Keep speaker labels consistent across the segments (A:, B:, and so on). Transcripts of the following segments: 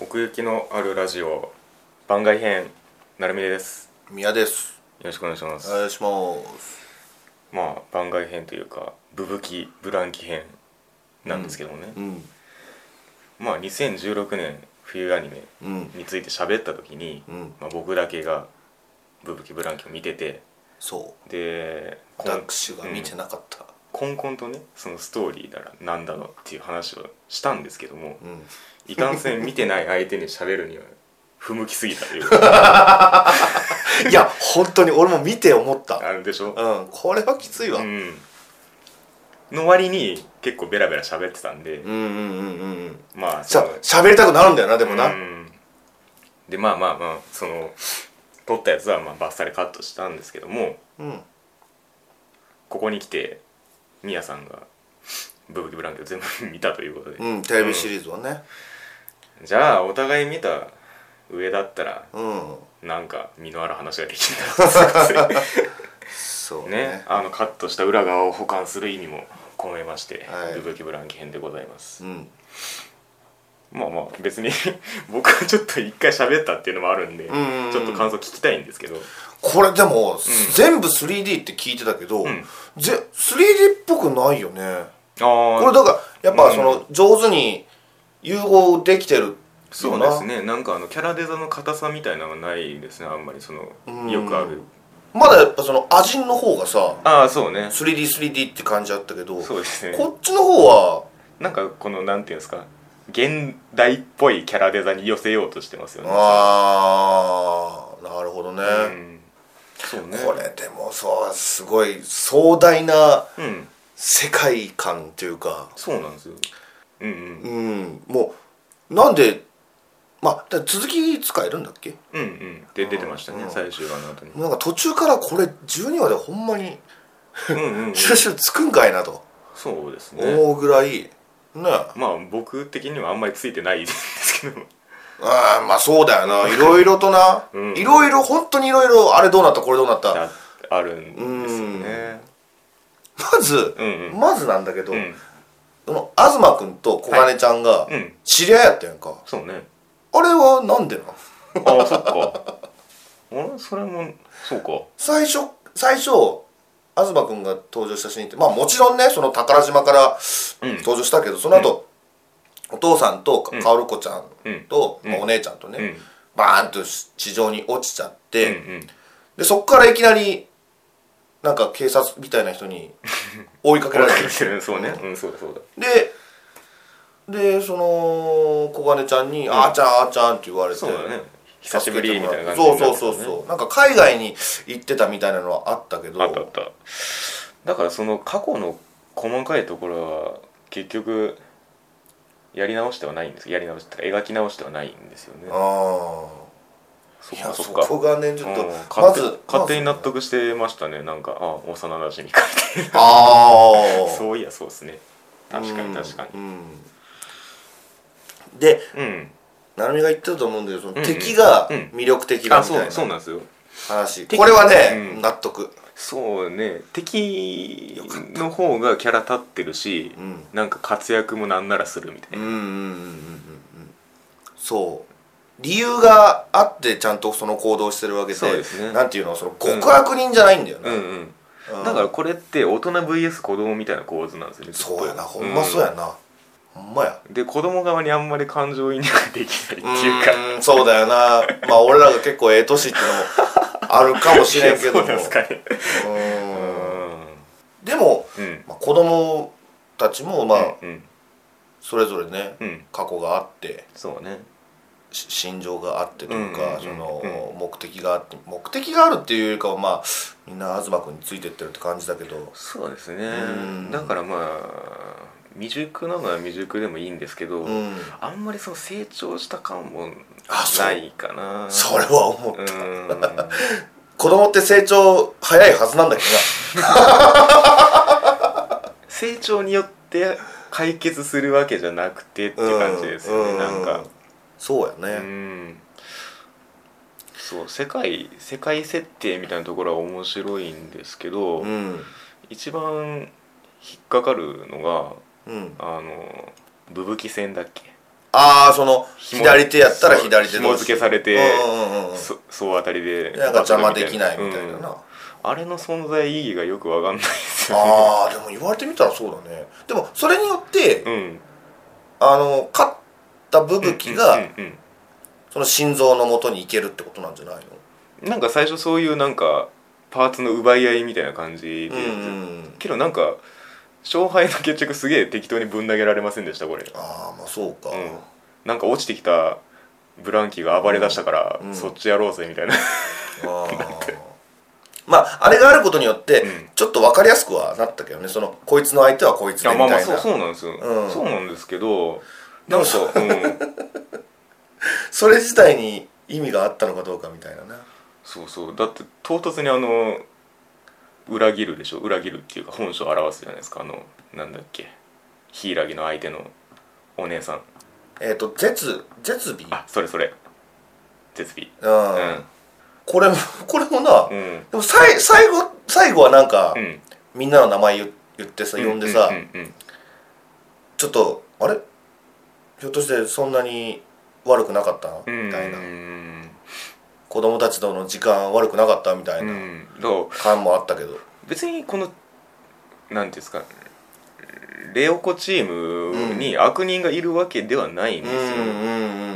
A: 奥行きのあるラジオ番外編なるみです
B: 宮です
A: よろしくお願いします、
B: お願いします
A: まあ番外編というかブブキブランキ編なんですけどもね、
B: うん
A: まあ2016年冬アニメ
B: うん
A: について喋った時に、
B: うん
A: まあ、僕だけがブブキブランキを見てて
B: そ
A: で
B: うダック氏が見て
A: い、
B: なかった
A: コンコンとねそのストーリーだらなんだのっていう話をしたんですけども、
B: うん
A: いかんせん見てない相手に喋るには不向きすぎたというか
B: いや本当に俺も見て思った
A: あるでしょ、
B: うんこれはきついわ
A: う
B: うん
A: ん、の割に結構ベラベラ喋ってたんで、
B: うんうんうん
A: まあ
B: しゃ
A: その
B: 喋りたくなるんだよなでも
A: う
B: なん
A: でまあまあまあその撮ったやつはまあバッサリカットしたんですけども
B: うん
A: ここに来てミヤさんが「ブブキブランケ」を全部見たということで、
B: うんテレビシリーズはね
A: じゃあお互い見た上だったら
B: うん
A: なんか身のある話ができるな
B: そ
A: ね
B: うね、
A: あのカットした裏側を保管する意味も込めまして
B: はい
A: 「ブブキブランケ」編でございます
B: うん
A: まあまあ別に 僕はちょっと一回喋ったっていうのもあるんで
B: んうんうん
A: ちょっと感想聞きたいんですけど
B: これでも全部 3D って聞いてたけど
A: ん
B: ぜ 3D っぽくないよね
A: ああ
B: これだからやっぱそ
A: うん
B: の上手に融合できてる
A: そうですねなんかあのキャラデザの硬さみたいなのはないですねあんまりその
B: うん
A: よくある
B: まだやっぱその味の方がさ
A: ああそうね
B: 3D3D って感じあったけど
A: そうですね
B: こっちの方は
A: なんかこのなんていうんですか現代っぽいキャラデザに寄せようとしてますよね
B: ああなるほどね、
A: うんそうね
B: これでもそうすごい壮大な
A: うん
B: 世界観というか
A: そうなんですようんうん
B: うんもうなんでまあだから続き使えるんだっけ
A: うんうんで出てましたね
B: うん
A: 最終話の 後に
B: なんか途中からこれ12話でほんまに
A: うんうんうん
B: シュルシュルつくんかいなと
A: そうですね
B: 思うぐらいね
A: まあ僕的にはあんまりついてないですけど
B: あーまあそうだよ ないろいろとな、
A: うん
B: いろいろ本当にいろいろあれどうなったこれどうなった
A: ああるんですよね
B: まず、
A: うんうん
B: まずなんだけど、
A: うん
B: その東君と小金ちゃんが
A: うん
B: 知り合いやったやんか、
A: そうね
B: あれはなんでなん
A: ああそっかあれそれもそうか
B: 最初最初東君が登場したシーンってまあもちろんねその宝島から
A: うん
B: 登場したけど、その後、お父さんとか
A: うん
B: 薫子ちゃんと、
A: うん
B: まあお姉ちゃんとね、
A: うん
B: バーンと地上に落ちちゃっ
A: う
B: て、
A: んうん
B: でそっからいきなりなんか警察みたいな 人に追いかけられてる
A: そうねうんそうだそうだ
B: ででその小金ちゃんに「あーちゃんあーちゃん」って言われて
A: そうだね久しぶりみたいな感じ
B: そう
A: になっ
B: そ
A: て
B: う
A: た
B: そ
A: ね
B: うそうなんか海外に行ってたみたいなのはあったけど
A: あったあっただからその過去の細かいところは結局やり直してはないんですやり直しってか描き直してはないんですよね
B: あ
A: そ
B: ーい
A: っ
B: や
A: か
B: そ
A: そっか
B: こがねちょっと
A: うん
B: ま
A: 勝手
B: ず
A: 勝手に納
B: ま
A: 得してましたねなんかあ幼なじみかみ
B: ずあ
A: たいな
B: ー
A: そういやそうですね確かに確かに
B: うんで
A: うん、
B: 成美が言ってたと思うんだけどその
A: うんうん
B: 敵が
A: うん
B: 魅力的だ
A: あ
B: み
A: そ
B: たいう
A: そう
B: な
A: なんですよ
B: 話これはね
A: うん
B: 納得
A: そうね敵の方がキャラ立ってるし、
B: うん
A: なんか活躍もなんならするみたい
B: うん
A: な、
B: うんうんうんうんうんそう理由があってちゃんとその行動してるわけで
A: そうですね
B: なんていうのその極悪人じゃないんだよね、
A: うんうん
B: うん
A: だからこれって大人 VS 子供みたいな構図なんですよねずっと
B: そうやなほんまそうやな、ほんまや
A: うんで子供側にあんまり感情移入ができないっていう か
B: ーんそうだよ なまあ俺らが結構ええ年ってのもあるかもしれんけども
A: いやそうなんですかね
B: う
A: う
B: ーん
A: ん
B: でも、
A: うん
B: まあ、子供たちもまあ、
A: うん
B: それぞれね、
A: うん
B: 過去があって
A: そうね
B: し心情があってというか、
A: うん
B: そ
A: うんうん
B: の目的があって目的があるっていうよりかはまあみんな東君についてってるって感じだけど
A: そうですね
B: うん
A: だからまあ未熟なのは未熟でもいいんですけど、
B: うん
A: あんまりその成長した感も
B: あそう
A: ないかな
B: それは思う、
A: うん
B: 子供って成長早いはずなんだけ
A: 成長によって解決するわけじゃなくてって
B: どな
A: いう感じですよね、
B: う
A: なんか
B: そう
A: う
B: やね
A: んそう世界世界設定みたいなところは面白いんですけど、
B: うん
A: 一番引っかかるのが
B: うん
A: あのブブキ戦だっけ
B: あああその
A: 紐
B: 左手やったら左手
A: 紐
B: 同士
A: 付けされて、
B: うんうんうんうん
A: そ総当たりで
B: なんか邪魔できないみたいな
A: うん
B: な、
A: あれの存在意義がよくわかんないですよね
B: ああでも言われてみたらそうだねでもそれによって、
A: うん
B: あの勝ったブブキが、
A: うんうん
B: その心臓の元に行けるってことなんじゃないの
A: うんなんか最初そういうなんかパーツの奪い合いみたいな感じで、
B: うんうん
A: けどなんか勝敗の決着すげえ適当にぶん投げられませんでしたこれ
B: ああまあそうか、
A: うんなんか落ちてきたブランキーが暴れだしたから、
B: うん
A: そっちやろうぜみたいな
B: あーまああれがあることによって、
A: うん
B: ちょっと分かりやすくはなったけどねそのこいつの相手はこいつで
A: あ
B: みた
A: ま
B: い
A: あま
B: な
A: あそうそうなんですよ、
B: うん
A: そうなんですけど
B: で
A: な
B: も
A: んか、うん、
B: それ自体に意味があったのかどうかみたいなな
A: そうそうだって唐突にあの裏切るでしょ裏切るっていうか本性を表すじゃないですかあのなんだっけ柊の相手のお姉さん
B: えっ、と絶絶尾
A: あそれそれ絶備
B: うん、これも これもな、
A: うんうん
B: でもさい最後最後はなんか、
A: うん
B: みんなの名前言言ってさ呼んでさ、
A: うんうんうん
B: ちょっとあれひょっとしてそんなに悪くなかった
A: うん
B: みたいな、
A: うん
B: 子供たちとの時間悪くなかったみたいな
A: うんだから
B: 感もあったけど、
A: 別にこのなんていうんですかレオコチームに悪人がいるわけではないんですよ、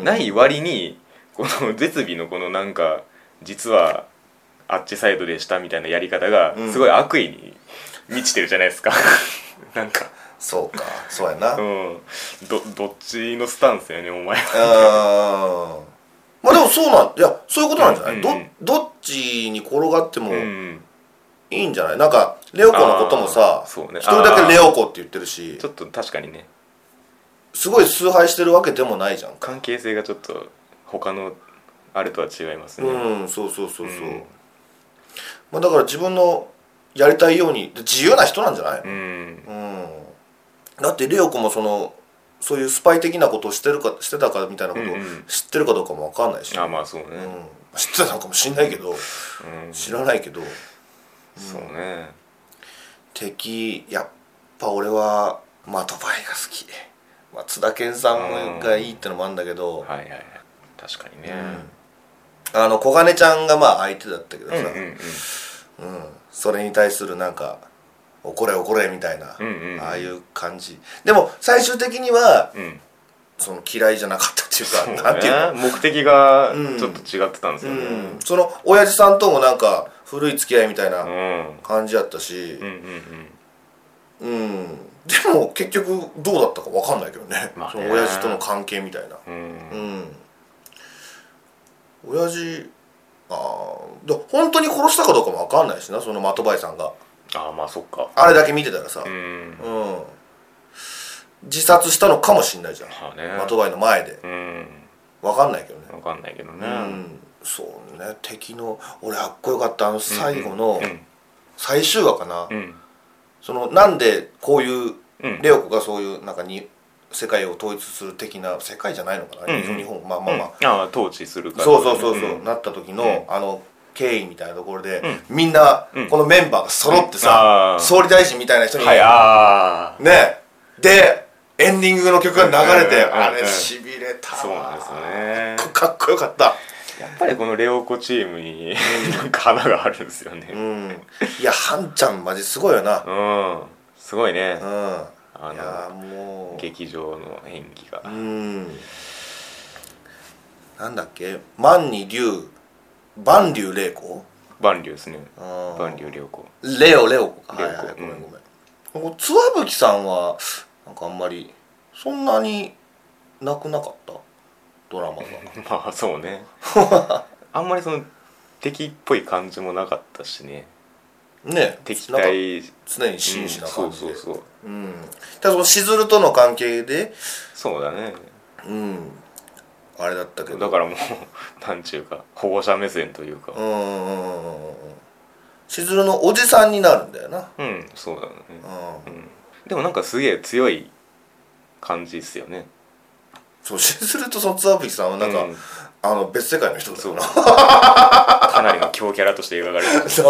A: な
B: ない
A: 割にこの 絶尾のこのなんか実はあっちサイドでしたみたいなやり方が
B: うん
A: すごい悪意に満ちてるじゃないですか なんか
B: そうかそうやな
A: う
B: うん
A: んどどっちのスタンスやねんお前は
B: まあでもそうなんいやそういうことなんじゃない、
A: うんうん
B: どどっちに転がっても
A: う
B: い
A: ん
B: いんじゃない、なんかレオコのこともさ
A: あーそうね
B: 一人だけレオコって言ってるし
A: ちょっと確かにね
B: すごい崇拝してるわけでもないじゃんか
A: 関係性がちょっと他のあれとは違いますね、
B: うんそうそうそうそう、
A: うん
B: まあだから自分のやりたいようにで自由な人なんじゃない
A: うん
B: うん、だってレオ子もそのそういうスパイ的なことをしてるかしてたかみたいなことを
A: うんうん
B: 知ってるかどうかも分かんないし、
A: あまあそうね、
B: うん知ってたのかもしんないけど
A: うん
B: 知らないけど
A: そうね
B: 敵やっぱ俺はマトバイが好き松田健さんがいいってのもあるんだけど、
A: はいはいはい確かにね、
B: あの小金ちゃんがまあ相手だったけどさ、
A: うんうんうん
B: うんそれに対するなんか「怒れ怒れ」みたいな、
A: うんうんうん
B: ああいう感じでも最終的には
A: うん
B: その嫌いじゃなかったっていうか
A: な
B: なん
A: て
B: んて
A: い
B: いうう
A: の
B: の
A: 目的が
B: うん
A: ちょっと違ってたんですよね、
B: うんその親父さんともなんか古い付き合いみたい
A: うん
B: な感じやったし
A: うんうんうん
B: うん、でも結局どうだったか分かんないけどね,、
A: まあね
B: その親父との関係みたいな
A: うん
B: うん親父ああで本当に殺したかどうかも分かんないしなその的場さんが
A: ああまあそっか
B: あれだけ見てたらさ、
A: うん
B: うん自殺したのかもしんないじゃん
A: まあね
B: マトバイの前で
A: うん
B: 分かんないけどね
A: 分かんないけどね、
B: うんそうね敵の俺かっこよかったあの最後の
A: うん
B: 最終話かな、
A: うん
B: そのなんでこういう
A: うん
B: レオ子がそういうなんかに世界を統一する的な世界じゃないのかな、
A: うんうん
B: 日本まあまあまあ、
A: うんああ統治するから、
B: そうそうそうそう、
A: ん
B: なった時の、
A: うん
B: あの経緯みたいなところで、みんな
A: うん
B: このメンバーが揃ってさ、
A: あー
B: 総理大臣みたいな人に、
A: はいああ
B: ねでエンディングの曲が流れて、
A: うんうんうんうん
B: あれしびれた
A: そうなんですね
B: ねかっこよかった
A: やっぱりこのレオコチームになんか 花があるんですよ
B: う
A: ね
B: んいやハンちゃんマジすごいよな
A: うん、すごいね
B: うん、い
A: あ
B: やも
A: の
B: う
A: 劇場の演技が、
B: うんなんだっけ万に龍万竜玲子
A: 万竜ですね
B: あー
A: 万竜良子
B: レオレオか
A: レ
B: は
A: オ
B: いはいご
A: うん
B: めんごめんつわぶきさんはなんかあんまりそんなになくなかったドラマが
A: まあそう ねあんまりその敵っぽい感じもなかったしね
B: ね
A: 敵
B: なんか
A: 対
B: 常に真摯な感じで、
A: うんそうそうそう
B: うん、ただそのしずるとの関係で、
A: そうだね
B: うん、あれだったけど
A: だからもうなんちゅう か保護者目線というか
B: うんうんうんうんうんしずるのおじさんになるんだよな、
A: うん、そうだね、
B: うん、
A: うん、でもなんかすげえ強い感じっすよね
B: そうしずるとその津吹さんはなんか、
A: うん
B: あの別世界の人だ
A: そ
B: よ
A: う
B: な
A: かなりの強キャラとして描かれて る
B: さ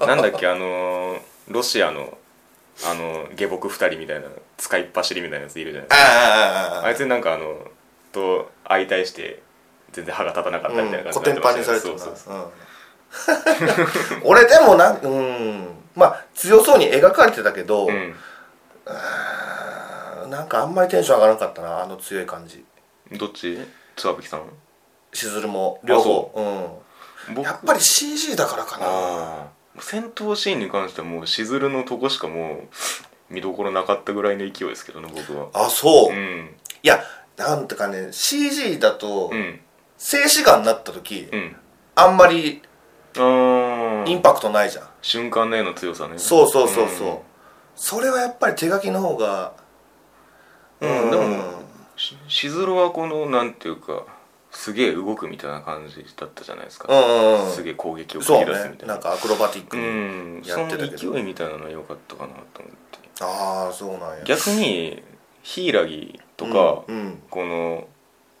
B: あ
A: なんだっけあのーロシアのあの下僕二人みたいな使いっ走りみたいなやついるじゃないですか
B: ああああああ
A: あいつになんかあのと相対して全然歯が立たなかったみたいな感じ
B: コテンパンにされて
A: そう
B: るな
A: そうそう
B: うん俺でもなん うんまあ強そうに描かれてたけど、
A: う
B: あーなんかあんまりテンション上がらなかったなあの強い感じ
A: んどっち津和吹さん
B: しずるも両
A: そ
B: 方うん
A: 僕
B: やっぱり CG だからかな
A: ああ戦闘シーンに関してはもうしずるのとこしかもう見どころなかったぐらいの勢いですけどね僕は
B: あそう、
A: う
B: い
A: ん
B: やなんてかね CG だと、
A: うん
B: 静止画になった時、
A: うん
B: あんまり
A: あ
B: イン
A: あ
B: パクトないじゃん、
A: 瞬間の絵の強さね
B: そうそうそうそう、それはやっぱり手書きの方が
A: うん、うん、でもししずるはこのなんていうかすげえ動くみたいな感じだったじゃないです
B: う
A: か、
B: んうんうん
A: すげえ攻撃を
B: そ
A: 繰
B: う
A: り出すみ
B: ね
A: たいな
B: なんかアクロバティック
A: う
B: に、
A: んそ
B: やっ
A: の
B: てたけど
A: 勢いみたいなのは良かったかなと思って
B: ああそうなんや
A: 逆に柊とか、
B: うん
A: この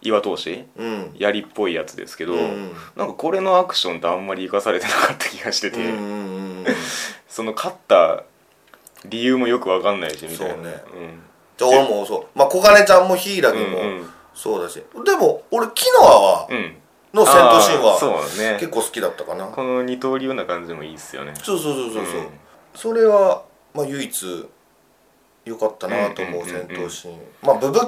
A: 岩投手
B: うん
A: 槍っぽいやつですけど、
B: うんうん
A: なんかこれのアクションってあんまり生かされてなかった気がしてて、
B: うんうんうん
A: その勝った理由もよくわかんないしみたいな
B: そうねじゃあ俺もそうまあ小金ちゃんも柊
A: うんうん
B: もそうだし、でも俺キノアは
A: うん、うん
B: の戦闘シーン
A: あー
B: は
A: そうだね
B: 結構好きだったかな
A: この二刀流な感じもいいっすよね
B: そうそうそうそうそう、
A: うん
B: それは、まあ、唯一良かったなと思う
A: うんうんうんう
B: 戦
A: ん
B: 闘シーン、まあブブ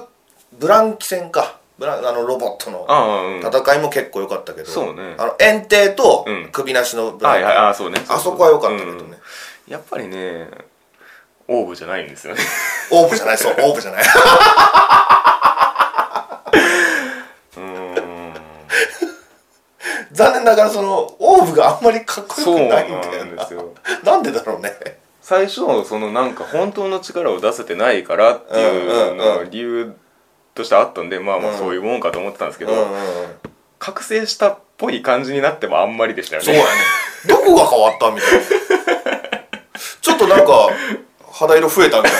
B: ブランキ戦かブランあのロボットの
A: ああうん
B: 戦いも結構良かったけど、
A: そうね
B: あの炎帝と
A: うん
B: 首なしのブラ
A: は
B: ン
A: い
B: キ、
A: はいあーそうね
B: あそこは良かったけどね、
A: うんやっぱりねオーブじゃないんですよね
B: オーブじゃないそう オーブじゃない
A: うーん
B: 残念ながらそのオーブがあんまりかっこよ
A: そう
B: く
A: な
B: ないんだよ
A: ん
B: な
A: ですよ
B: なんでだろうね
A: 最初そのなんか本当の力を出せてないからっていうのが理由としてあったんでまあまあ
B: うん
A: そういうもんかと思ってたんですけ
B: うんうんう
A: ど
B: ん
A: 覚醒したっぽい感じになってもあんまりでしたよ
B: そうやね
A: ね
B: どこが変わったみたいなちょっとなんか肌色増えたみたい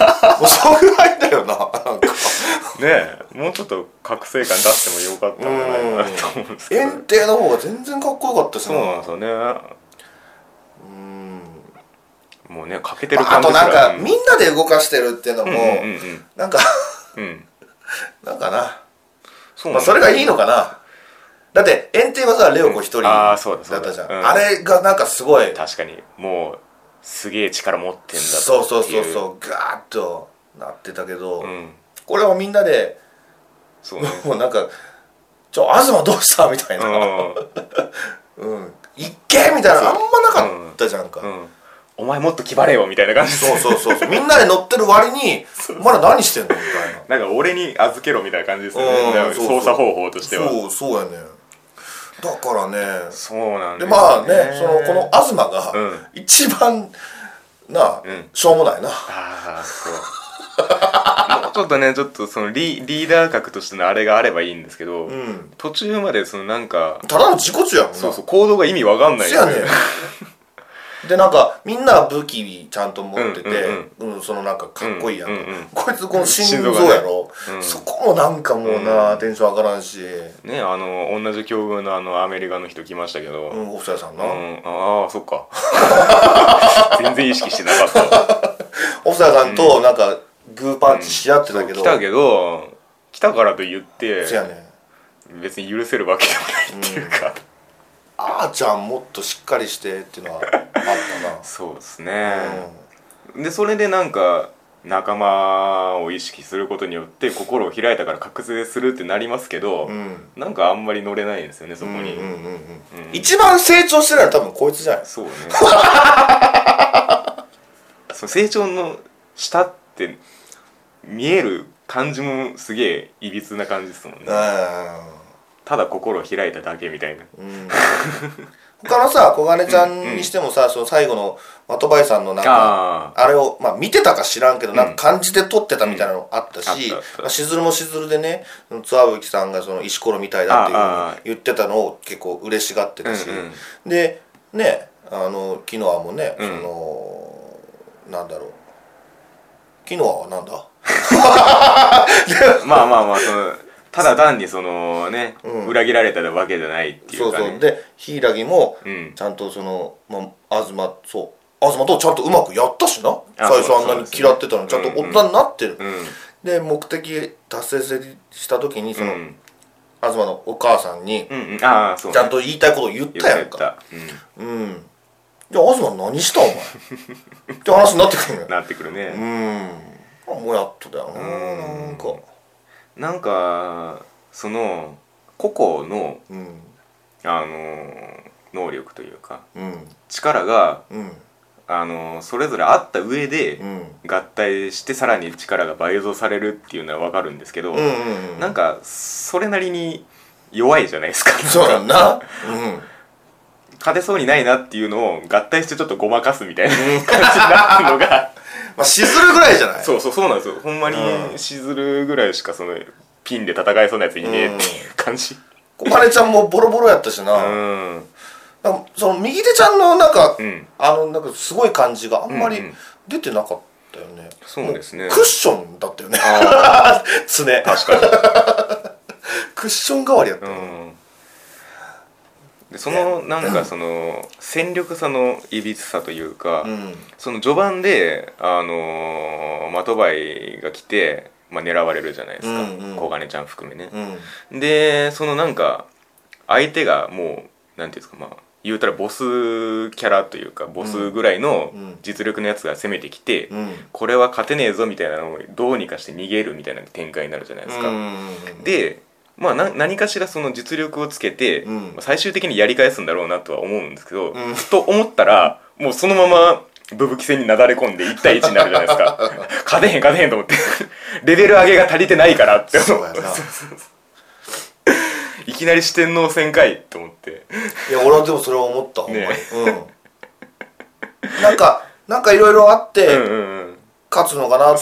B: なもうそのぐらいだよななんか
A: ねえもうちょっと覚醒感出してもよかったんじゃないかなと思うんですけど
B: 炎帝の方が全然かっこよかったし
A: そうなんですよね
B: うん
A: もうね欠けてる
B: まあ
A: 感
B: あ
A: じ
B: と
A: すら
B: なんかみ
A: うん
B: なで動かしてるっていうのも、
A: んうんうん
B: なんか
A: うんうん
B: なんかな、
A: そう
B: ま
A: なんで
B: あ、
A: す
B: そ
A: よ
B: れがいいのかなだって炎帝はさレオ子一人
A: うん
B: だ
A: あ
B: っ
A: ーそうだそうだ
B: たじゃん、
A: うん
B: あれがなんかすごい
A: 確かにもうすげえ力持ってんだ
B: そうそうそう
A: う
B: そうガーッとなってたけど、
A: うん
B: これはみんなで
A: そうね
B: もうなんか「ちょ東どうした?」みたいうな「
A: ん
B: うん、いっけ!」みたいなあんまなかったじゃんか、
A: うん、お前もっと気張れよみたいな感じで
B: そうそうそうそうみんなで乗ってる割に「まだ何してんの?」みたいな
A: なんか俺に預けろみたいな感じですよ
B: う
A: ね
B: ん
A: なんか
B: そうそう
A: 操作方法としては
B: そうそうやねだからね
A: そうなん
B: で
A: です
B: まあ
A: よ
B: ねそのこの東が
A: うん
B: 一番なあ、
A: うん
B: しょうもないな
A: ああそうもうちょっとねちょっとそのリリーダー格としてのあれがあればいいんですけど、
B: うん
A: 途中までそのなんか
B: ただの自己中やもんな
A: そうそう行動が意味わかんない
B: せやねんでなんかみんな武器ちゃんと持ってて、うんそのなんかかっこいいやんか、
A: うんうんうん
B: こいつこの心
A: 心
B: 臓
A: 臓がね
B: やろ、
A: うん
B: そこもなんかもうな、テンション上がらんし、
A: ねあの同じ境遇のあのアメリカの人来ましたけど、
B: う
A: うん
B: ん、オフサイさんな、
A: ああそっ か全然意識してなかった
B: オフサイさんとなんかグーパンチし合ってたけど、
A: 来たけど来たからと言って
B: せやねん
A: 別に許せるわけでもないっていうか、
B: あーちゃんもっとしっかりしてっていうのはあっ
A: そうです
B: たな、、
A: ねでそれでなんか仲間を意識することによって心を開いたから覚醒するってなりますけど、
B: うんうん
A: なんかあんまり乗れないんですよねそこに、
B: うんうんうんうん
A: うん
B: 一番成長してないのは多分こいつじゃないです
A: そうねそう成長の下って見える感じもすげえいびつな感じですもんね
B: か
A: ただ心を開いただけみたいな
B: うん他のさ小金ちゃんにしてもさ、その最後の的林さんのなんか
A: ああ
B: あれを、まあ、見てたか知らんけど、なんか感じて撮ってたみたいなのあったし、
A: うんあったあった
B: まあ、しずるもしずるでねその津和吹さんがその石ころみたいだっていう
A: ああああ
B: ふうに言ってたのを結構嬉しがってたし、
A: うん
B: でねあのキノアもね、
A: うん
B: そのなんだろうキノアはなんだ
A: まあまあまあそのただ単にそのね、
B: うん
A: 裏切られたわけじゃないってい
B: そうう
A: か、ね、
B: そうで柊も
A: うん
B: ちゃんとその、まあ、東そう東とちゃんとうまくやったしな
A: あ
B: 最初
A: そう
B: あんな
A: そう
B: に
A: ですね
B: 嫌ってたのにちゃんと大人になってる、
A: うん
B: で目的達成した時にその、
A: うん
B: 東のお母さんに
A: うんうんああそう
B: ちゃんと言いたいことを言
A: 言
B: っ
A: ったた
B: や
A: 言
B: ん
A: っ
B: か
A: た、う
B: うんじゃあ東何した お前って話になってくるの
A: ん、
B: よ
A: なってくる
B: う
A: ね、
B: んもやっとだよな
A: うん
B: なんか
A: なんかその個々の
B: うん
A: あの能力というか
B: うん
A: 力が
B: うん
A: あのそれぞれあった上で
B: うん
A: 合体してさらに力が倍増されるっていうのはわかるんですけど、
B: うんうんうん
A: なんかそれなりに弱いじゃないですか
B: そう
A: な
B: や
A: んんか
B: なうん
A: 勝てそうにないなっていうのを合体してちょっとごまかすみたいな感じになってるのが
B: まあしずるぐらいじゃ ない
A: そうそうそうなんですよほんまに
B: うん
A: しずるぐらいしかそのピンで戦えそうなやついねえっていう感じ
B: こまねちゃんもボロボロやったし
A: う
B: なんなんかその右手ちゃんのなんか
A: うん
B: あのなんかすごい感じがあんまり
A: うんうん
B: 出てなかったよね
A: そうですね
B: もクッションだったよね常
A: 確か
B: クッション代わりやった
A: に
B: よね
A: うんでそのなんかその戦力差のいびつさというか、
B: うん
A: その序盤で、あのー、的バイが来て、まあ、狙われるじゃないですか、
B: うんうん
A: 小金ちゃん含めね、
B: うん
A: でそのなんか相手がもうなんていうんですかまあ言うたらボスキャラというかボスぐらいの
B: うん
A: 実力のやつが攻めてきて、
B: うん
A: これは勝てねえぞみたいなのをどうにかして逃げるみたいな展開になるじゃないですか、
B: うん
A: でまあ、な何かしらその実力をつけて、
B: うん
A: まあ最終的にやり返すんだろうなとは思うんですけど、
B: うん
A: ふと思ったらもうそのままブブキ戦になだれ込んで1対1になるじゃないです か勝てへん勝てへんと思ってレベル上げが足りてないからって思
B: そうやない
A: きなり四天王戦かいと思って
B: いや俺はでもそれは思ったほんまに
A: ね
B: うんなんかなんかいろいろあっ
A: うんう
B: て
A: んうん
B: 勝つのかなと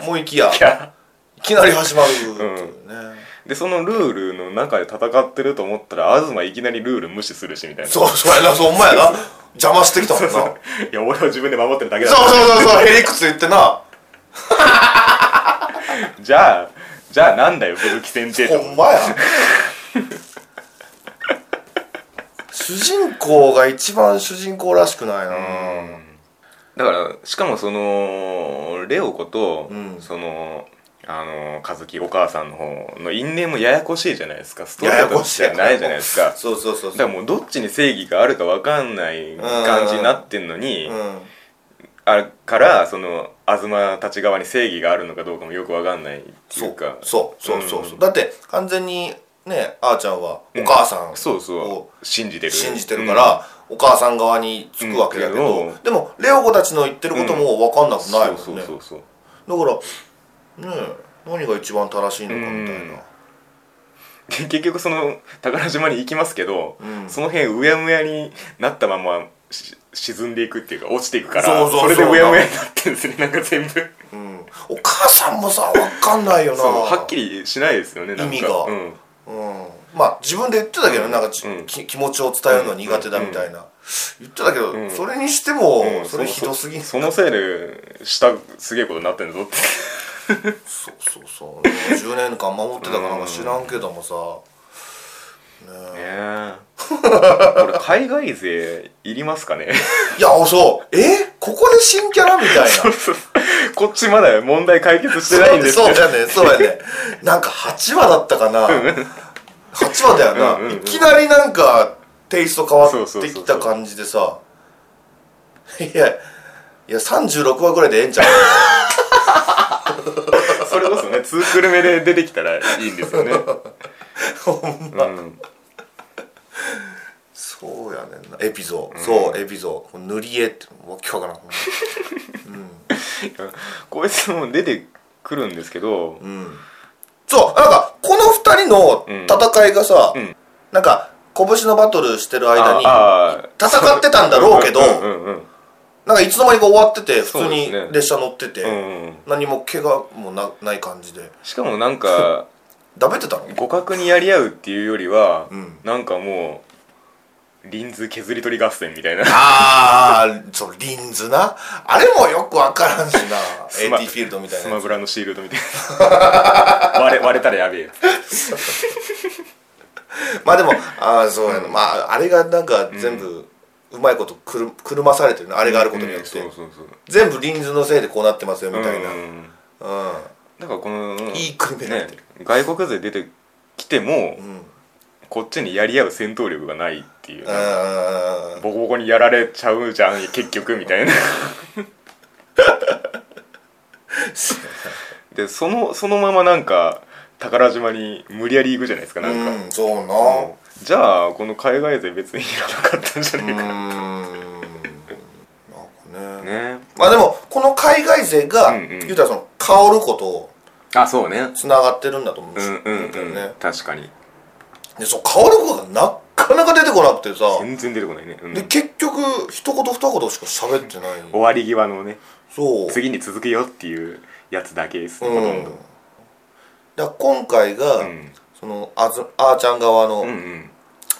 B: 思いき や
A: いや
B: いきなり始まるっていうね
A: でそのルールの中で戦ってると思ったら東いきなりルール無視するしみたいな
B: そうそうやなそうお前やな邪魔してきたもんなそう
A: いや俺は自分で守ってるだけだ
B: そうそうそうヘリクツ言ってな
A: じゃあじゃあなんだよブブキ戦ってと思って
B: ほんまや主人公が一番主人公らしくないな
A: だからしかもそのレオ子と、
B: うん
A: そのあの和樹お母さんの方の因縁もややこしいじゃないですかストレ
B: やや
A: ー
B: こ
A: ト
B: しい
A: じゃないじゃないですか
B: そうそうそ
A: だ
B: う
A: か
B: そ
A: ら
B: う
A: もうどっちに正義があるかわかんない感じになってんのに、
B: うん
A: あれからその東たち側に正義があるのかどうかもよくわかんないってい
B: そう
A: うか
B: かそうそうそうそう
A: うん
B: だって完全にねあーちゃんはお母さん
A: そう
B: を
A: そう信じてる
B: 信じてるから、お母さん側につくわけやけど、
A: うん
B: でもレオ子たちの言ってることも分かんなく
A: うん
B: ないもんね、
A: そうそうそうそう
B: だからねえ何が一番正しいのかみたいな、
A: で結局その宝島に行きますけど、
B: うん
A: その辺うやむやになったままし沈んでいくっていうか落ちていくから
B: そうそうそう
A: れでうやむやになってるんですね なんか全部
B: うんお母さんもさ分かんないよな
A: そうはっきりしないですよねなんか
B: 意味が
A: うん、
B: うん、まあ自分で言ってたけど、
A: うん
B: なんかじ、
A: うん
B: き気持ちを伝えるのは苦手だみたいな、言ってたけど、
A: うん
B: それにしても、
A: うん
B: それひどすぎん
A: そのせいで下すげえことになってんぞって
B: そうそうそうでも10年間守ってたかなんか知らんけどもさ、
A: ねえこれ海外勢いりますかね
B: いやそうえここで新キャラみたいな
A: そうそうこっちまだ問題解決してないんです
B: そう
A: けど
B: やねそうやねなんか8話だったかな8話だよな、
A: うんうんうん
B: いきなりなんかテイスト変わ
A: そう
B: っ
A: そう
B: て
A: そうそ
B: き
A: う
B: た感じでさいやいや36話ぐらいでええんちゃう
A: それこそね2クルメで出てきたらいいんです よねうん
B: そうやねんなエピゾー、そうエピゾー塗り絵ってわけわからん
A: こいつも出てくるんですけど、
B: うんそうなんかこの2人の戦いがさ、
A: うんうん
B: なんか拳のバトルしてる間に
A: ああ
B: 戦ってたんだろうけど
A: うんうんうん
B: なんかいつの間にか終わってて普通
A: そうで
B: に
A: すね
B: 列車乗ってて、
A: うんうん
B: 何も怪我もなない感じで
A: しかもなんか
B: ダメてたの
A: 互角にやり合うっていうよりは、
B: うん
A: なんかもうリンズ削り取り合戦みたいな
B: ああそうリンズなあれもよくわからんしな AT
A: スマ
B: フィールドみたい
A: ス
B: なや
A: マ
B: つ
A: ブラのシールドみたい な割れ割れたらやべえやつ
B: まあでもああそうやな、まああれがなんか全部うまいことくるくるまされてるなあれがあることによって、
A: うんそうそうそう
B: 全部リンズのせいでこうなってますよみたいな、
A: うん
B: うん
A: だからこの
B: いい組みになってる、
A: ね外国勢出てきても、
B: うん
A: こっちにやり合う戦闘力がないっていう、
B: あ
A: ボコボコにやられちゃうじ ゃん結局みたいなでそのそのままなんか宝島に無理やり行くじゃないですか
B: ー
A: なんか、
B: うんそうな
A: うんじゃあこの海外勢別にいらなかったんじゃ
B: う
A: ない
B: ーん
A: かな、
B: なんかね
A: ね
B: まあでもこの海外勢が、
A: うんうん
B: 言うたらその香ることを
A: あそうね
B: つながってるんだと思うんで
A: う
B: す
A: ん
B: よ
A: うん
B: だよ
A: うん、
B: ね
A: 確かに
B: でそう香ることがなかなか出てこなくてさ
A: 全然出てこないね、うん
B: で結局一言二言しか喋ってない
A: 終わり際のね
B: そう
A: 次に続くよっていうやつだけですね、
B: う
A: ほと
B: ん
A: ん
B: だ
A: ど
B: から今回が、
A: うん
B: そのあずあーちゃん側の、
A: うんうん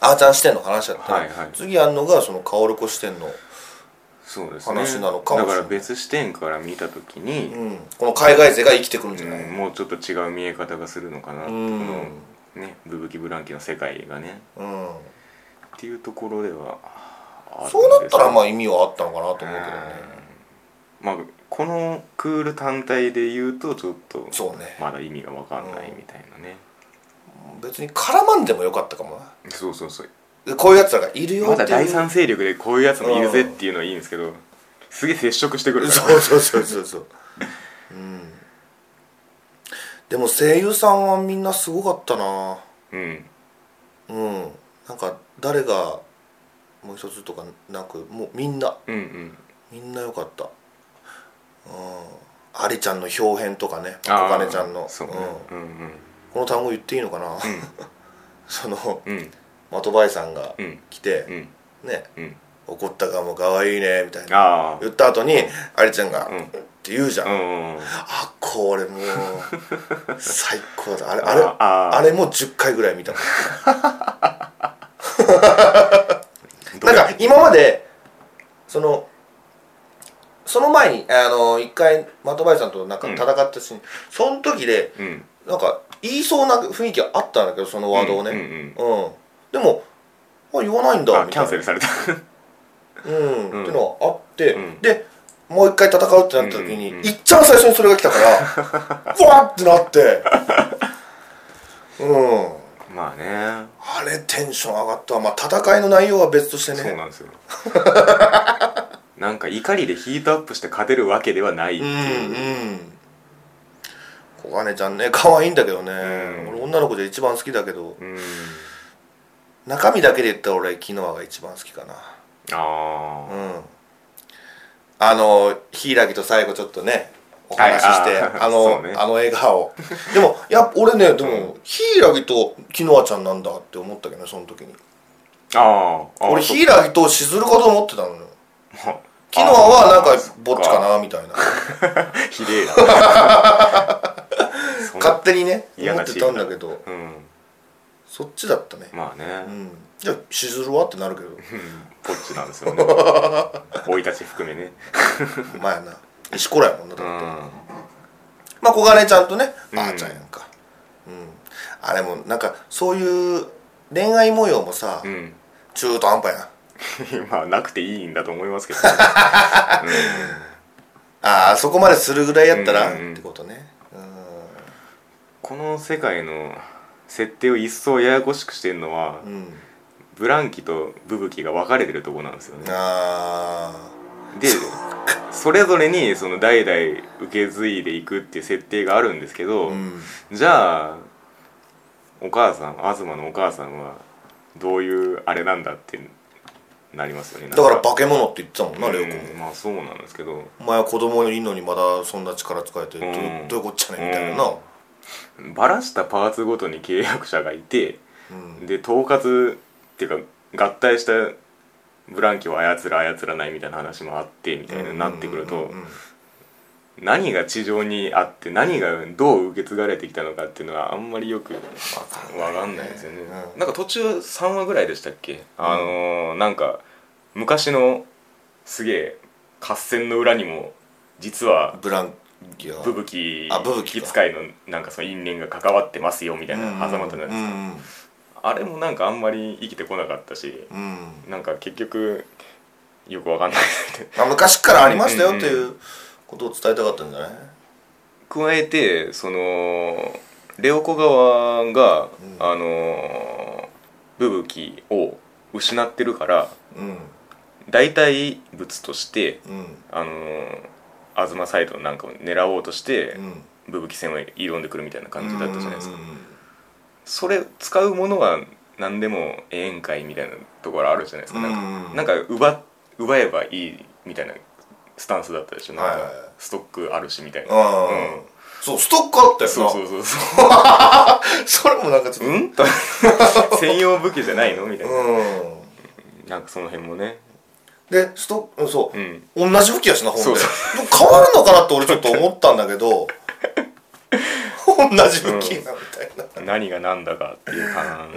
B: あーちゃん視点の話だったら、
A: はいはい
B: 次やるのがその薫子視点の、
A: そうですね
B: 話なのかもしれない
A: だから別視点から見た時
B: う
A: に、
B: ん、この海外勢が生きてくるんじゃない、
A: うんもうちょっと違う見え方がするのかな、
B: うん
A: このねブブキブランケの世界がね
B: うん
A: っていうところではあるんです
B: そうなったらま
A: あ
B: あ意味はあったのかなと思うけどね、
A: まあこのクール単体で言うとちょっと
B: そうね
A: まだ意味が分かんないみたいなね、
B: 別に絡まんでもよかったかもな
A: そうそうそう
B: でこういうやつらがいるよ
A: ま
B: ってい
A: だ
B: う
A: 第三勢力でこういうやつもいるぜっていうのはいいんですけどすげえ接触してくるから
B: そうそうそうそうそううんでも声優さんはみんなすごかったな
A: うん
B: うんなんか誰がもう一つとかなくもうみんな
A: うんうん
B: みんな良かったうんありちゃんの表変とかね
A: あ
B: お
A: ー
B: 金ちゃんの
A: そうね
B: ん、
A: うん
B: この単語言っていいのかな、 その
A: うんうん
B: 的林さんが
A: うん
B: 来て、
A: うん
B: ね
A: うん
B: 怒ったかも可愛いねみたいな
A: ああ
B: 言った後にありちゃんが、
A: うん
B: って言うじゃん、
A: うんうん
B: あこれもう最高だあれあれ
A: あ
B: あ
A: あ
B: れもう10回ぐらい見たもん
A: どう
B: なんか今までそのその前にあの一回的林さんとなんか戦ったし、その時で
A: うん
B: なんか言いそうな雰囲気はあったんだけどそのワードをね、
A: うん
B: うんでもあ言わないん
A: うん
B: だ
A: あ
B: み
A: キ
B: たい
A: ャンセ
B: な
A: ル された
B: うん
A: うん
B: っていうのはあって、
A: うん
B: でもう一回戦うってなった時に、
A: うんうんうん
B: いっちゃん最初にそれが来 たからうわーってなってうん
A: まあね
B: あれテンション上がったわまあ戦いの内容は別として
A: そう
B: ね
A: なんですよ なんか怒りでヒートアップして勝てるわけではないって
B: うんう
A: いうん
B: 小金ちゃんね可愛いんだけどね、
A: ん
B: 俺女の子で一番好きだけど
A: うん
B: 中身だけで言ったら俺キノアが一番好きかなう
A: あ
B: んあの柊と最後ちょっとねお話しして、
A: はいあー
B: あの、
A: そうね
B: あの 笑顔でもいや俺ねでも柊とキノアちゃんなんだって思ったけどねその時に
A: あああ
B: 俺
A: そう
B: 柊としずるかと思ってたのよ
A: まあ
B: キノアはなんかぼっちかなみたいな
A: ひでえな そんな
B: 勝手にね
A: 嫌
B: 思っ
A: なシ
B: てた
A: ー
B: ん
A: ン
B: だけど
A: うん
B: そっちだったね、
A: まあ
B: う
A: ね
B: ん、じゃあしずるはってなるけど
A: ポッチなんですよね生い立ち含めね
B: お前やな石ころやもんな
A: う
B: だって、
A: ん
B: まあ小金ちゃんとね、
A: うん
B: あーちゃんやんかうんあれもなんかそういう恋愛模様もさ、
A: うん
B: 中途半端やん
A: まあなくていいんだと思いますけど
B: ああそこまでするぐらいやったら、
A: うんうん
B: ってことねうん
A: この世界の設定を一層ややこしくしてるのは、
B: うん
A: ブランキとブブキが分かれてるとこなんですよね
B: あ
A: でそれぞれにその代々受け継いでいくっていう設定があるんですけ
B: あ
A: ど、
B: うん
A: じゃあお母さん東のお母さんはどういうあれなんだってなりますよね
B: だから
A: バ
B: 化け物って言ってたもんな
A: な
B: レオ
A: る
B: 君も
A: まあそうなんですけど
B: お前は子供いんのにまだそんな力使えてどう
A: うん
B: どういうこっちゃねみたいなな
A: バラしたパーツごとに契約者がいて
B: うん
A: で統括っていうか合体したブランキを操る操らないみたいな話もあってみたいななってくる
B: うん
A: と
B: うんうん
A: 何が地上にあって何がどう受け継がれてきたのかっていうのはあんまりよくわかんないですよね、
B: うん
A: なんか途中3話ぐらいでしたっけあのーなんか昔のすげえ合戦の裏にも実は
B: ブランキア
A: ブブキ
B: あブブキか
A: 使いのなんかその因縁が関わってますよみたいな挟まったじゃないですか、あれもなんかあんまり生きてこなかったし
B: うんうんうん
A: なんか結局よくわかんない
B: まあ昔からありましたよっていうことを伝えたかったんじゃない
A: 加えてそのレオコ側が、
B: うん
A: あのブブキを失ってるから
B: うん
A: 代替物として
B: うん
A: あの東サイドなんかを狙おうとして、
B: うん
A: ブブキ戦を挑んでくるみたいな感じだったじゃないですか、
B: うんうんうん
A: それ使うものは何でもええんかいみたいなところあるじゃないですか、
B: うんうんうん
A: なんかなんか奪奪えばいいみたいなスタンスだったでしょなんか、
B: はいはいはい
A: ストックあるしみたいな、
B: あーそうストックあったよな
A: そうそうそうそう
B: それもなんかちょっと
A: うん と専用武器じゃないのみたいな、
B: うん
A: なんかその辺もね
B: でストックそう
A: う、ん
B: 同じ武器やしなほんで
A: そうそ
B: でも変わるのかなって俺ちょっと思ったんだけど同じ武器なみたいな、
A: 何が何だかっていう感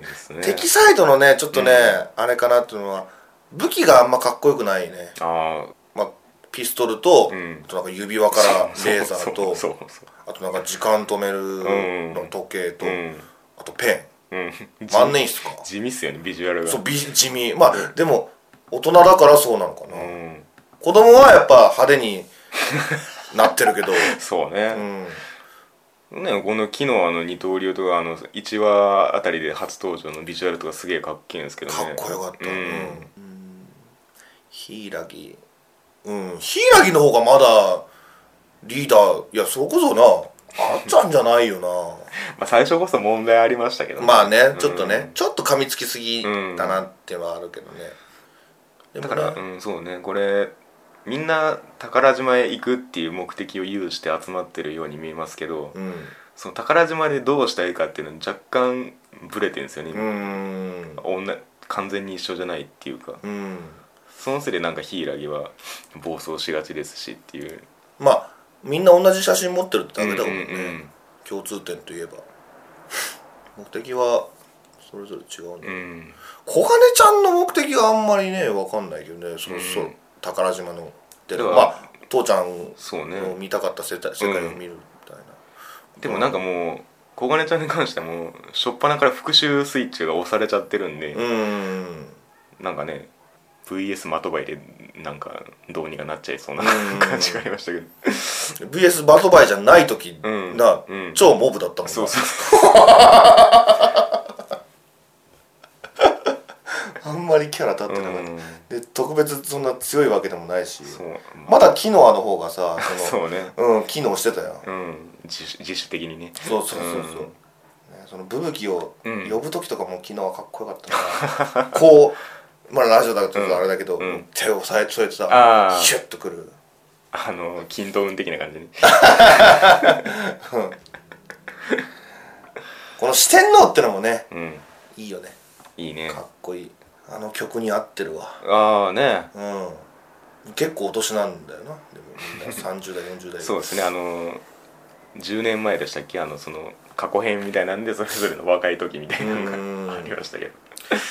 A: じですね、
B: 敵サイドのねちょっとね、あれかなっていうのは武器があんまかっこよくないね、
A: ああ
B: まあ、ピストルと,、
A: うん
B: あとなんか指輪からレーザー
A: そ
B: と
A: うそうそう
B: あとなんか時間止める
A: う
B: の
A: ん
B: 時計と、
A: うん
B: あとペ
A: うん
B: ン万年筆か
A: 地地味っすよねビジュアルが
B: そう美地味まあでも大人だからそうなのかな、
A: うん
B: 子供はやっぱ派手になって るけど
A: そう
B: う
A: ね,、
B: ん
A: ねこの昨日あの二刀流とかあの1話あたりで初登場のビジュアルとかすげえかっけえんですけどね
B: かっこよかった
A: う
B: うんんヒイラギうんヒイラギの方がまだリーダーいやそれこそなあっちゃんじゃないよな
A: まあ、最初こそ問題ありましたけど、
B: まあねちょっとね、ちょっと噛みつきすぎだ
A: うん
B: なってはあるけどね、
A: うん
B: で
A: だか
B: もね
A: ら、うん、そうねこれみんな宝島へ行くっていう目的を有して集まってるように見えますけど、
B: うん
A: その宝島でどうしたいかっていうのは若干ブレてるんですよね、
B: う
A: 今
B: ん
A: 女完全に一緒じゃないっていうか
B: うん
A: そのせいでなんかヒイラギは暴走しがちですしっていう
B: まあみんな同じ写真持ってるってだけだもんね、
A: うんうん
B: 共通点といえば 目的はそれぞれ違うね、
A: うん、うん
B: 小金ちゃんの目的があんまりね分かんないけどねそうそう、
A: うん
B: 宝島ので
A: だ
B: ま
A: から
B: あ父ちゃんを
A: そうね
B: 見たかった世界,、世界を見るみたいな、
A: でもなんかもう小金ちゃんに関してはもう初っ端から復讐スイッチが押されちゃってるんで、
B: うーん
A: なんかね VS まとばいでなんかどうにかなっちゃいそうな
B: うん
A: 感じがありましたけど
B: VS バトバイじゃない時
A: うん
B: が、
A: うん
B: 超モブだったもんな
A: そうそうそ
B: あんまりキャラ立ってなかった、
A: うん
B: で特別そんな強いわけでもないし
A: う
B: まだキノアの方がさそ
A: そ
B: の
A: うね
B: うん機能してたよ、
A: うん自主自主的にね
B: そうそうそうそう、
A: うん
B: ね、そのブブキを
A: うん
B: 呼ぶ時とかも昨日はかっこよかった な、こうまあラジオだとちょっとあれだけど、
A: うん
B: 手を押さえ添えて
A: あ
B: さ
A: ー
B: シュッとくる
A: あの均等運的な感じに
B: この四天王ってのもね
A: うん
B: いいよね
A: いいね
B: かっこいいあの曲に合ってるわ
A: ああね
B: うん結構お年なんだよなでもみんな30代40代
A: そうですねあの10年前でしたっけあのその過去編みたいなんでそれぞれの若い時みたいなのが
B: うん
A: ありましたけど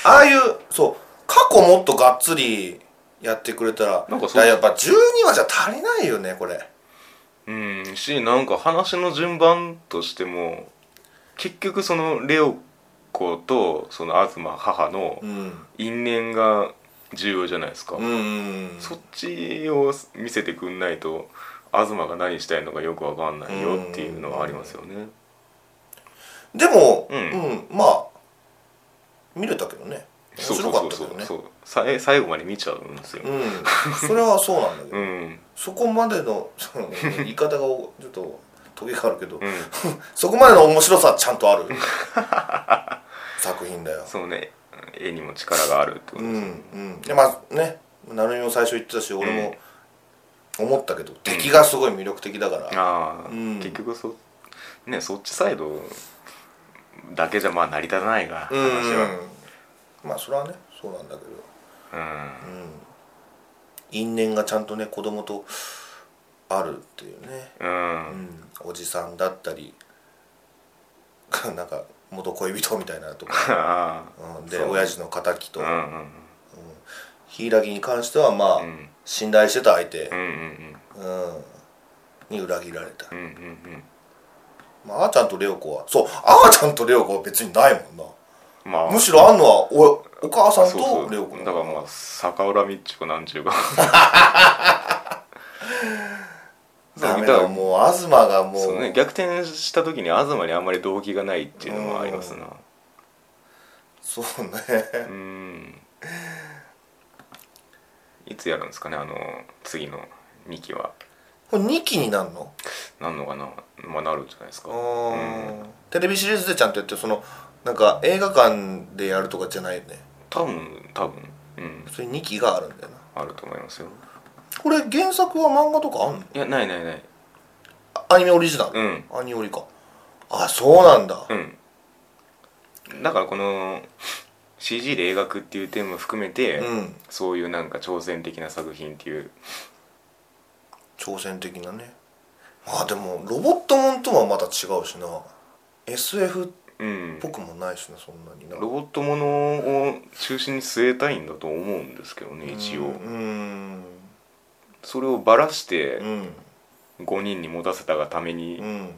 B: ああいうそう過去もっとがっつりやってくれたら
A: なんかそう
B: だらやっぱ12話じゃ足りないよねこれ
A: うんしなんか話の順番としても結局そのレオ子とその東母の
B: うん
A: 因縁が重要じゃないですか、
B: うんうん
A: そっちを見せてくんないと東が何したいのかよくわかんないよっていうのはありますよね
B: でも、う
A: うんん
B: まあ見れたけどね
A: そ
B: 面
A: うそ
B: 白
A: う
B: か
A: そ
B: っ
A: う
B: たけ
A: そ
B: ど
A: う
B: ね
A: そうさい最後まで見ちゃうんですよ
B: うんそれはそうなんだけ ど、
A: うん
B: そこまでのその言い方がおちょっとトゲがあるけど、
A: うん
B: そこまでの面白さはちゃんとある作品だよ
A: そうね絵にも力があるってこ
B: う
A: とですよね
B: んうんでまあね成海も最初言ってたし俺も思ったけど、敵がすごい魅力的だから、
A: ああ、
B: うん
A: 結局そ,、ね、そっちサイドだけじゃまあ成り立たないが
B: う
A: 話
B: ん
A: は
B: まあそれはねそうなんだけど
A: うん、
B: 因縁がちゃんとね子供とあるっていうね、
A: うん
B: うん、おじさんだったり なんか元恋人みたいなとか、
A: ああ
B: うん、で
A: そう
B: 親父の敵と
A: うんうん
B: 柊に関してはまあ、
A: うん
B: 信頼してた相手
A: う、んうん
B: うんに裏切られた、
A: うんうんうん
B: まああーちゃんとレオ子はそうあーちゃんとレオ子は別にないもん
A: うんまあ
B: なむしろあんのはおお母さん
A: そうそう
B: とレオ子
A: だからまあ逆恨みっちゅうかなんちゅうか
B: ダメ
A: だか
B: だ
A: ら
B: もう東が も
A: そう
B: う
A: ね、逆転した時に東にあんまり動機がないっていうのもありますな
B: そうね
A: うんいつやるんですかねあの次の2期は
B: これ2期になるの
A: なんのかなまあなるんじゃないですかうん
B: うんテレビシリーズでちゃんとやってそのなんか映画館でやるとかじゃないよね
A: 多分多分うん
B: それ2期があるんだよな
A: あると思いますよ
B: これ原作は漫画とかあんの
A: いやないないない
B: あアニメオリジナル、
A: うん
B: アニオリかあそうなんだ、
A: うんだからこの CG で描くっていう点も含めて、
B: うん、
A: そういうなんか挑戦的な作品っていう
B: 挑戦的なねまあでもロボットもんとはまた違うしな SF っ
A: うん
B: ぽくもないしなそんなにな
A: ロボットものを中心に据えたいんだと思うんですけどね一応
B: うん
A: それをばらし
B: う
A: て
B: ん
A: 5人に持たせたがため
B: う
A: に
B: ん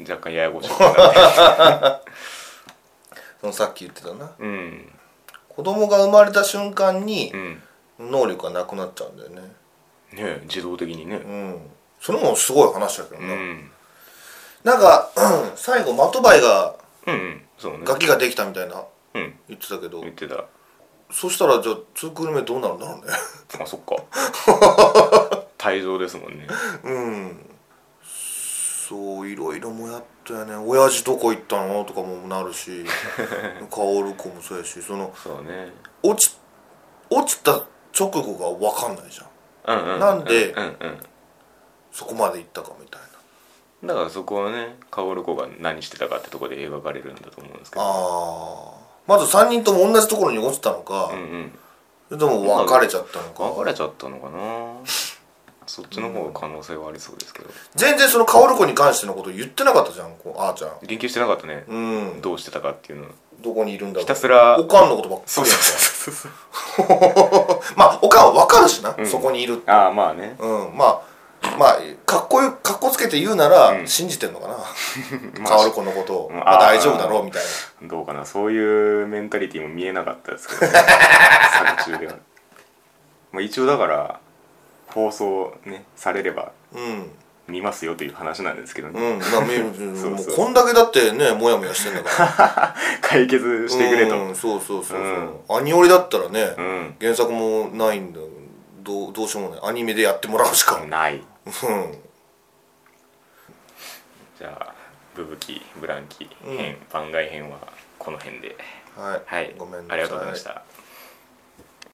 A: 若干ややこしく なって
B: そのさっき言ってたな
A: うん
B: 子供が生まれた瞬間に
A: うんね
B: 能力がなくなっちゃうんだよね
A: え自動的にね
B: うんそれもすごい話だけど
A: う
B: な、
A: ん
B: なんか、うん最後的バイが
A: うんうんそうね
B: ガキができたみたいな
A: うん
B: 言ってたけど
A: 言ってた
B: そしたらじゃあ2クール目どうなるんだろうね
A: あそっか退場ですもんね
B: うんそういろいろもやったよね親父どこ行ったのとかもな るし薫子もそうやしその
A: そうね
B: 落ち落ちた直後が分かんないじゃん
A: うんうん
B: なんで
A: うんうん
B: そこまで行ったかみたいな
A: だからそこはね薫子が何してたかってとこで描かれるんだと思うんですけど
B: あーまず3人とも同じところに落ちたのか、
A: うんうん
B: それとも別れちゃったのか
A: 別れちゃったのかなそっちの方が可能性はありそうですけど
B: 全然その薫子に関してのこと言ってなかったじゃんこうあーちゃん
A: 言及してなかったね
B: うんど
A: どうしてたかっていうの
B: こにいるんだろう
A: ひたすら
B: おかんのことばっかり
A: そうそうそうそう
B: う まあおかんは分かるしな、
A: ん
B: そこにいるって
A: ああまあね
B: うん、まあまあかっこよかっこつけて言うなら、
A: ん
B: 信じてんのかな
A: ま
B: カオル
A: あ
B: 子のことを、
A: うん
B: まあ
A: あー
B: 大丈夫だろうみたいな
A: どうかなそういうメンタリティも見えなかったですけど、ね、 作中では、まあ、一応だから放送ねされれば
B: うん
A: 見ますよという話なんですけどね、
B: うん まあ見る見る
A: そうそう
B: もうこんだけだってねモヤモヤしてんだから
A: 解決 してくれと
B: うんそうそうそうそう、
A: う
B: アニオリだったらね、
A: うん、
B: 原作もないんだどうどうしようもないアニメでやってもらうしか
A: ない
B: うん
A: じゃあブブキブランキ編、番外編はこの辺で
B: はい、
A: はい
B: ごめんなさい
A: ありがとうございました